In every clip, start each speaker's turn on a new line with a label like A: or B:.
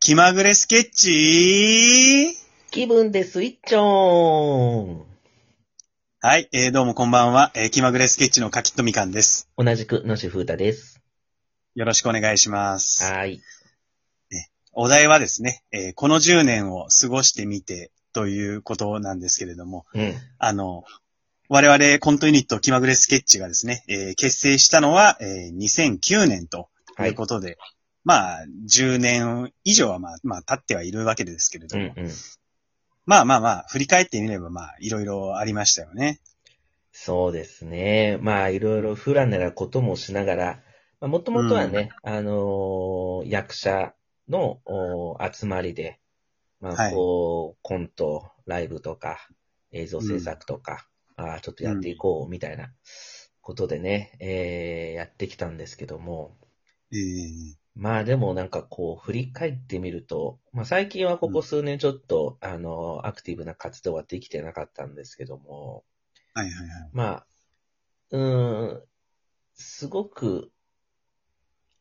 A: 気まぐれスケッチ
B: 気分でスイッチオン
A: はい、えーどうもこんばんは、えー気まぐれスケッチのかきっとみかんです。
B: 同じく、のしふうたです。
A: よろしくお願いします。
B: はーい。
A: お題はですね、えーこの10年を過ごしてみてということなんですけれども、
B: うん。
A: あの、我々コントユニット気まぐれスケッチがですね、えー結成したのは、えー2009年と
B: は
A: いう
B: い。
A: ことで、まあ、10年以上はまあ、まあ、経ってはいるわけですけれ
B: う
A: ど
B: ん
A: も、
B: うん。
A: まあまあまあ、振り返ってみればまあ、いろいろありましたよね。
B: そうですね。まあ、いろいろフラならこともしながら、まあ、もともとはね、あのー役者のおー集まりで、ま
A: は
B: あ、
A: い
B: こう、コント、ライブとか、映像制作とか、ああ、ちょっとやっていこう、みたいなことでね、えーやってきたんですけども、
A: えー
B: まあでもなんかこう振り返ってみると、まあ最近はここ数年ちょっと、あの、アクティブな活動はできてなかったんですけども、
A: はいはいはい。
B: まあ、うーん、すごく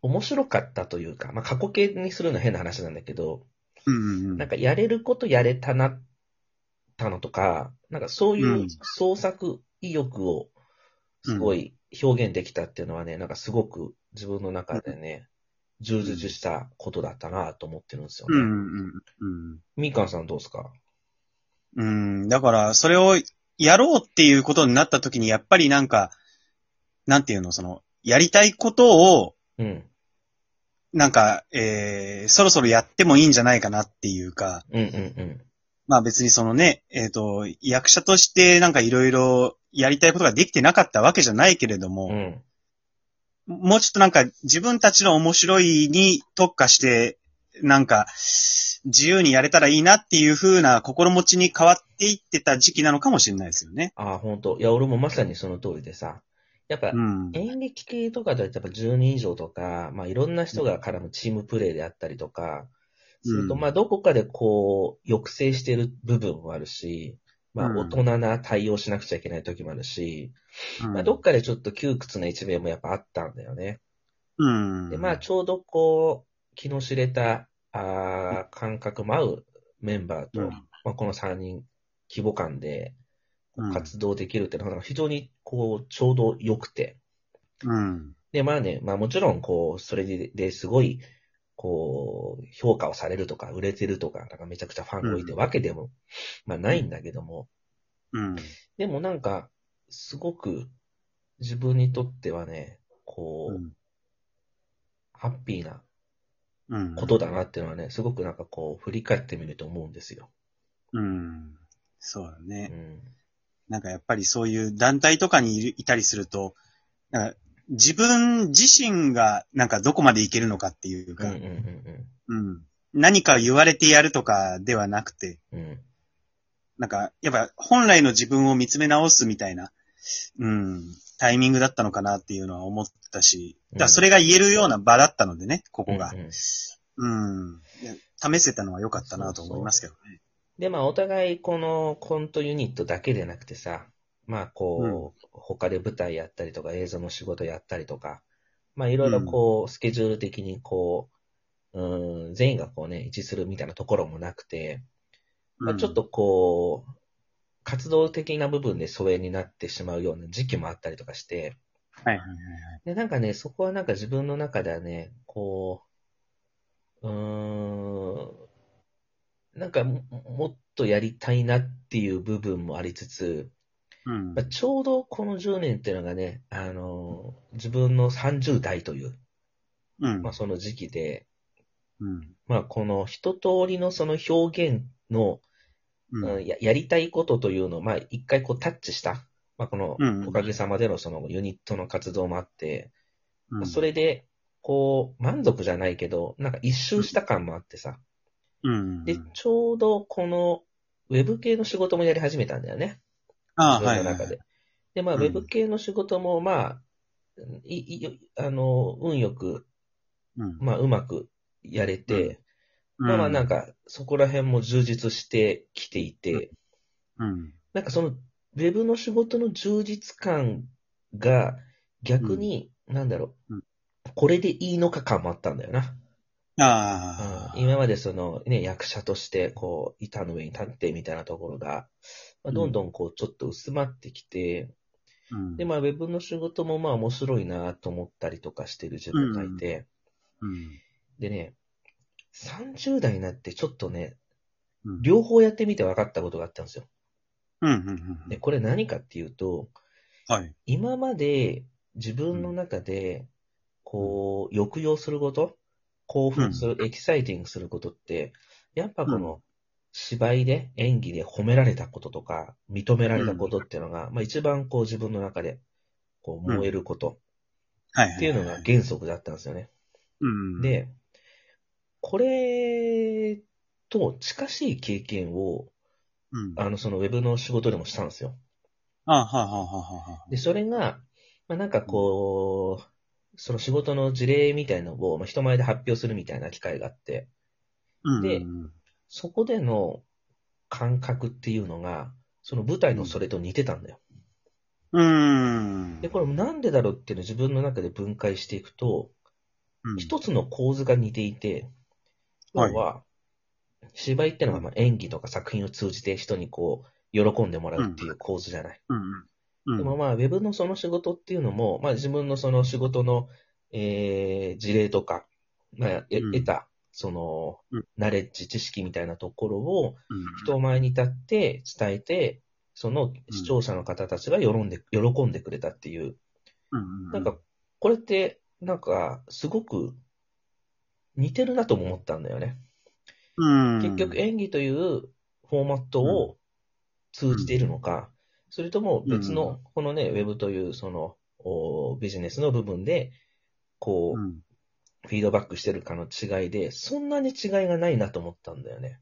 B: 面白かったというか、まあ過去形にするのは変な話なんだけど、
A: うんうんうん
B: なんかやれることやれたな、たのとか、なんかそういううん創作意欲をすごい表現できたっていうのはね、なんかすごく自分の中でね、充実したことだったなと思ってるんですよ
A: うん
B: ね。
A: うんうん
B: みかんさんどうですか
A: うん。うん。だから、それをやろうっていうことになった時に、やっぱりなんか、なんていうの、その、やりたいことを、
B: うん、
A: なんか、えー、そろそろやってもいいんじゃないかなっていうか、
B: うん、うん、うん。
A: まあ別にそのね、えっ、と、役者としてなんかいろいろやりたいことができてなかったわけじゃないけれども、
B: うん、
A: もうちょっとなんか自分たちの面白いに特化して、なんか自由にやれたらいいなっていう風な心持ちに変わっていってた時期なのかもしれないですよね。
B: ああ、ほんと。いや、俺もまさにその通りでさ、やっぱ
A: うん。
B: 演劇系とかだとやっぱ10人以上とか、まあいろんな人が絡むチームプレーであったりとか、すると、
A: うん
B: まあどこかでこう、抑制してる部分もあるし、まあ
A: うん
B: 大人な対応しなくちゃいけない時もあるし、
A: うん
B: まあどっかでちょっと窮屈な一面もやっぱあったんだよね。
A: うん。
B: で、まあちょうどこう、気の知れた、あー感覚も合うメンバーと、
A: うん
B: まあこの3人、規模感で
A: うん
B: 活動できるっていうのが非常にこう、ちょうど良くて、
A: うん。
B: で、まあね、まあもちろん、こう、それで、ですごい、こう、評価をされるとか、売れてるとか、なんかめちゃくちゃファンが多いってわけでも、まあないんだけども、
A: うん。
B: でもなんか、すごく、自分にとってはね、こう、
A: うん
B: ハッピーな
A: うん。
B: ことだなっていうのはね、すごくなんかこう、振り返ってみると思うんですよ。
A: うん。そうだ
B: う
A: ね。
B: ん。
A: なんかやっぱりそういう団体とかにいるいたりすると、なんか自分自身がなんかどこまでいけるのかっていう
B: うん
A: か、
B: うんうん
A: うん、何か言われてやるとかではなくて、
B: うん。うん。
A: なんか、やっぱ本来の自分を見つめ直すみたいな、うん、タイミングだったのかなっていうのは思ったし、だからそれが言えるような場だったのでね、ここが
B: う。んうん
A: うん。試せたのは良かったなと思いますけどね。
B: で、まあ、お互い、このコントユニットだけでなくてさ、まあ、こう、他で舞台やったりとか、映像の仕事やったりとか、まあ、いろいろこう、スケジュール的にこう、うん、全員がこうね、一致するみたいなところもなくて、まあ、
A: うん
B: ちょっと、こう、活動的な部分で疎遠になってしまうような時期もあったりとかして、
A: はいはいはい
B: で、なんかね、そこはなんか自分の中ではね、こう、うーん、なんかももっとやりたいなっていう部分もありつつ、
A: うん
B: まあ、ちょうどこの10年っていうのがね、あのー自分の30代という、
A: うん
B: まあ、その時期で、
A: うん
B: まあ、この一通りのその表現の、
A: うん
B: うんややりたいことというのを、まあ、一回こうタッチした、まあ、この
A: うんうん
B: おかげさまでのそのユニットの活動もあって、
A: うん
B: それで、こう、満足じゃないけど、なんか一周した感もあってさ。
A: うん
B: で、ちょうどこの、ウェブ系の仕事もやり始めたんだよね。
A: ああ、
B: 自
A: は
B: 分
A: い
B: の
A: はい
B: 中
A: は
B: で
A: い。。
B: で、まあ、ウ
A: うん
B: ェブ系の仕事も、まあ、いいあの、運よく、
A: うん
B: まあ、うまくやれて、
A: うん
B: まあまあ、なん、か、そこら辺も充実してきていて、
A: うん。
B: なんかその、ウェブの仕事の充実感が、逆に、なんだろ
A: うん
B: う、これでいいのか感もあったんだよな。
A: あ
B: うん、今までそのね、役者としてこう、板の上に立ってみたいなところが、まあ、どんどんこう、ちょっと薄まってきて、
A: あ、うん。
B: で、まあ、ウェブの仕事もまあ面白いなと思ったりとかしてる自分がいて、
A: うん。
B: でね、30代になってちょっとね、
A: うん。
B: 両方やってみて分かったことがあったんですよ。
A: うん、うん、うんう
B: で、
A: ん。
B: これ何かっていうと、
A: はい。
B: 今まで自分の中で、こう、抑揚すること、興奮する、エキサイティングすることって、やっぱこの、芝居で、演技で褒められたこととか、認められたことっていうのが、まあ一番こう自分の中で、こう燃えること
A: はい。
B: っていうのが原則だったんですよね。
A: うん。、
B: で、これと近しい経験を、
A: うん。あ
B: あの、そのウェブの仕事でもしたんですよ。
A: あ、はあ、はあ、はあ、はあ。
B: で、それが、まあ、なんかこう、その仕事の事例みたいのを、まあ、人前で発表するみたいな機会があって、
A: うん。
B: で
A: うん
B: そこでの感覚っていうのが、その舞台のそれと似てたんだよ。
A: うん。
B: で、これなんでだろうっていうのを自分の中で分解していくと、
A: うん、
B: 一つの構図が似ていて、要
A: はい
B: は、芝居ってのはまあ演技とか作品を通じて人にこう、喜んでもらうっていう構図じゃない。
A: うん。うん。
B: でもまあ、ウェブのその仕事っていうのも、まあ自分のその仕事の、えー、事例とか、まあ、え
A: うん
B: 得た、その
A: うん、
B: ナレッジ、知識みたいなところを
A: うん、
B: 人前に立って伝えて、その視聴者の方たちが喜んで、喜んでくれたっていう。
A: うん。
B: なんか、これって、なんか、すごく似てるなとも思ったんだよね。
A: うん、
B: 結局演技というフォーマットを通じているのか、それとも別
A: う
B: の、このね、ウェブというそのおビジネスの部分で、こ
A: う
B: う、
A: ん。
B: フィードバックしてるかの違いで、そんなに違いがないなと思ったんだよね。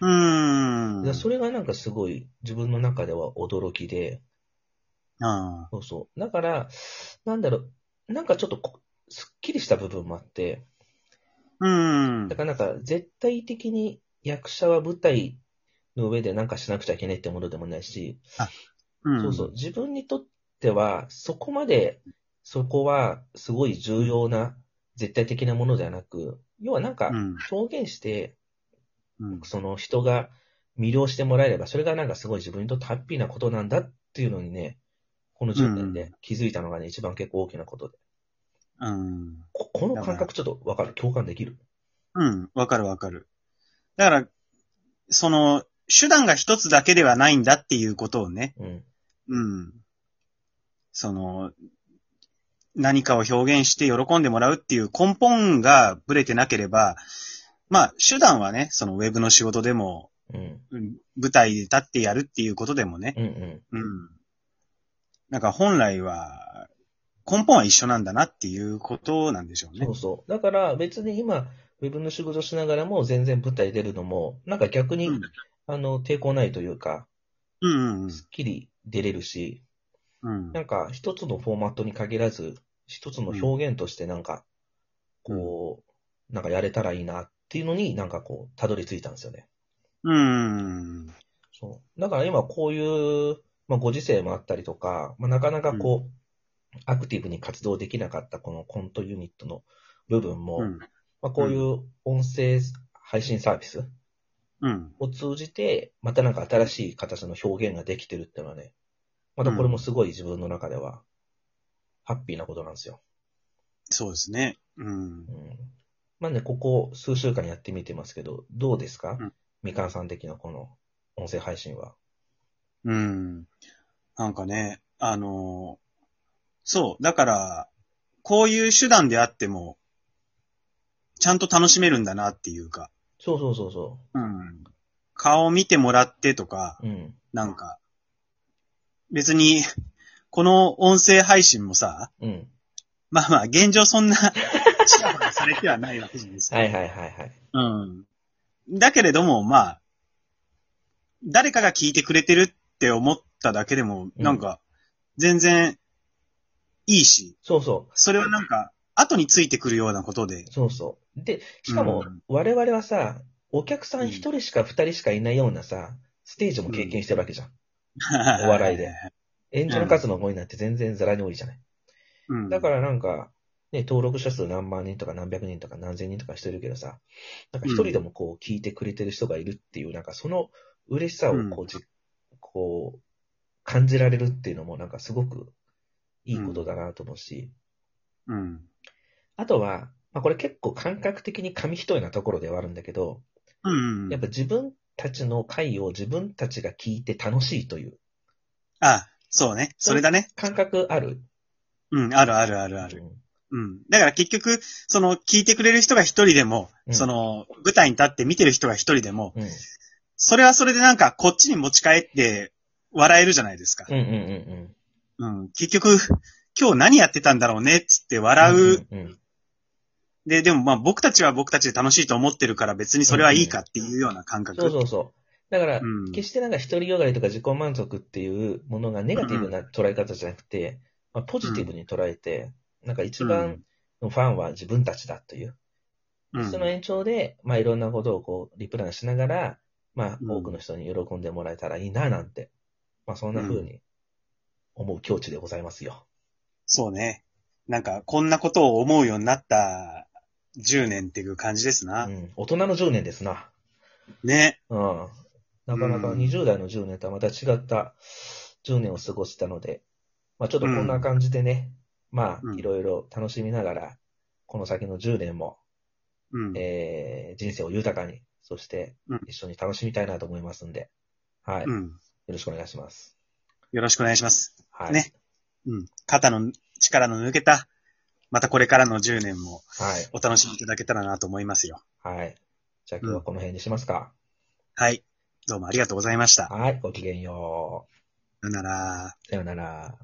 A: うん。
B: だからそれがなんかすごい自分の中では驚きで、
A: あ
B: そうそう。だから、なんだろう、なんかちょっとこすっきりした部分もあって、
A: あ。うん。
B: だからなんか、絶対的に役者は舞台の上でなんかしなくちゃいけないってものでもないし、
A: うん
B: そうそう、。自分にとっては、そこまで、そこはすごい重要な、絶対的なものではなく、要はなんか
A: う、ん。
B: 表現して、
A: うん。
B: その人が魅了してもらえれば、それがなんかすごい自分にとってハッピーなことなんだっていうのにね、この10年
A: う
B: で気づいたのがね、一番結構大きなことで。
A: うん。
B: ここの感覚ちょっとわかる共感できる
A: うん。わかるわかる。だから、その、手段が一つだけではないんだっていうことをね。
B: うん。
A: うん。その、何かを表現して喜んでもらうっていう根本がブレてなければ、まあ、手段はね、そのウェブの仕事でも、
B: うん。
A: うん舞台で立ってやるっていうことでもね、
B: うんうん。
A: うん。なんか本来は、根本は一緒なんだなっていうことなんでしょうね
B: そ。うそう。だから別に今、ウェブの仕事しながらも全然舞台出るのも、なんか逆に、
A: うん
B: あの、抵抗ないというか、
A: うんうん
B: すっきり出れるし、
A: うん。
B: なんか一つのフォーマットに限らず、一つの表現としてなんか、こう、なんかやれたらいいなっていうのになんかこう、たどり着いたんですよね。
A: うん。
B: そう。だから今こういう、まあ、ご時世もあったりとか、まあ、なかなかこう、アクティブに活動できなかったこのコントユニットの部分も、
A: うん。
B: まあ、こういう音声配信サービス
A: うん。
B: を通じて、またなんか新しい形の表現ができてるっていうのはね、またこれもすごい自分の中では、ハッピーなことなんですよ。
A: そうですね。うん
B: う。ん、まあね、ここ数週間やってみてますけど、どうですか、
A: うん
B: みかんさん的なこの音声配信は。
A: うん。なんかね、あの、そう、だから、こういう手段であっても、ちゃんと楽しめるんだなっていうか、
B: そうそうそうそ
A: うん。顔見てもらってとか、
B: う。うん。
A: なんか、別に、この音声配信もさ、
B: うん。
A: まあまあ、現状そん な、ちらほらされてはないわけじゃないですか。
B: はいはいはいはい。
A: うん。だけれども、まあ、誰かが聞いてくれてるって思っただけでも、
B: うん
A: なんか、全然、いいし、
B: そうそ
A: それはなんか、後についてくるようなことで
B: う。、そうそう。で、しかも
A: うん、
B: 我々はさ、お客さん一人しか二人しかいないようなさ、ステージも経験してるわけじゃん。
A: お
B: お笑いで。演者の数の多いなんて全然ざらに多いじゃない。だからなんか、ね、登録者数何万人とか何百人とか何千人とかしてるけどさ、なんか一人でもこう聞いてくれてる人がいるっていう、なんかその嬉しさをこうじ、こう、感じられるっていうのもなんかすごくいいことだなと思うし、
A: うん。
B: あとは、まあこれ結構感覚的に紙一重なところではあるんだけど、
A: うん。
B: やっぱ自分たちの回を自分たちが聞いて楽しいという
A: あ、そうね。それだね。
B: 感覚ある。
A: うん、あるあるあるある。
B: うん
A: うん。だから結局、その、聞いてくれる人が一人でも、
B: うん
A: その、舞台に立って見てる人が一人でも、
B: うん
A: それはそれでなんか、こっちに持ち帰って、笑えるじゃないですか。
B: うんうんうんうん。
A: うん。結局、今日何やってたんだろうね、つって笑う。
B: うんうんうん
A: で、でもまあ僕たちは僕たちで楽しいと思ってるから別にそれはいいかっていうような感覚。
B: そうそうそう。だから、
A: うん
B: 決してなんか独りよがりとか自己満足っていうものがネガティブな捉え方じゃなくて、まあ、ポジティブに捉えて、なんか一番のファンは自分たちだという。
A: うん。
B: その延長で、まあいろんなことをこう、リプランしながら、まあ
A: うん
B: 多くの人に喜んでもらえたらいいななんて、まあそんな風に思う境地でございますよ。
A: そうね。なんか、こんなことを思うようになった10年っていう感じです
B: う
A: な。
B: ん。大人の10年ですな。
A: ね。
B: うん。なかなか
A: うん
B: 20代の10年とはまた違った10年を過ごしたので、まあちょっとこんな感じでね、ま
A: う
B: あ
A: ん
B: いろいろ楽しみながら、この先の10年も、
A: うん。
B: えー人生を豊かに、そして
A: うん
B: 一緒に楽しみたいなと思いますんで、はい。
A: う
B: よ
A: ん。
B: ろしくお願いします。
A: よろしくお願いします。
B: はい。
A: ねうん。肩の力の抜けた、またこれからの10年も
B: はい。
A: お楽しみいただけたらなと思いますよ。
B: はい。じゃあ今日はこの辺にしますか。
A: はい。どうもありがとうございました。
B: はい。ごきげんよ
A: さよなら。
B: う。さよなら。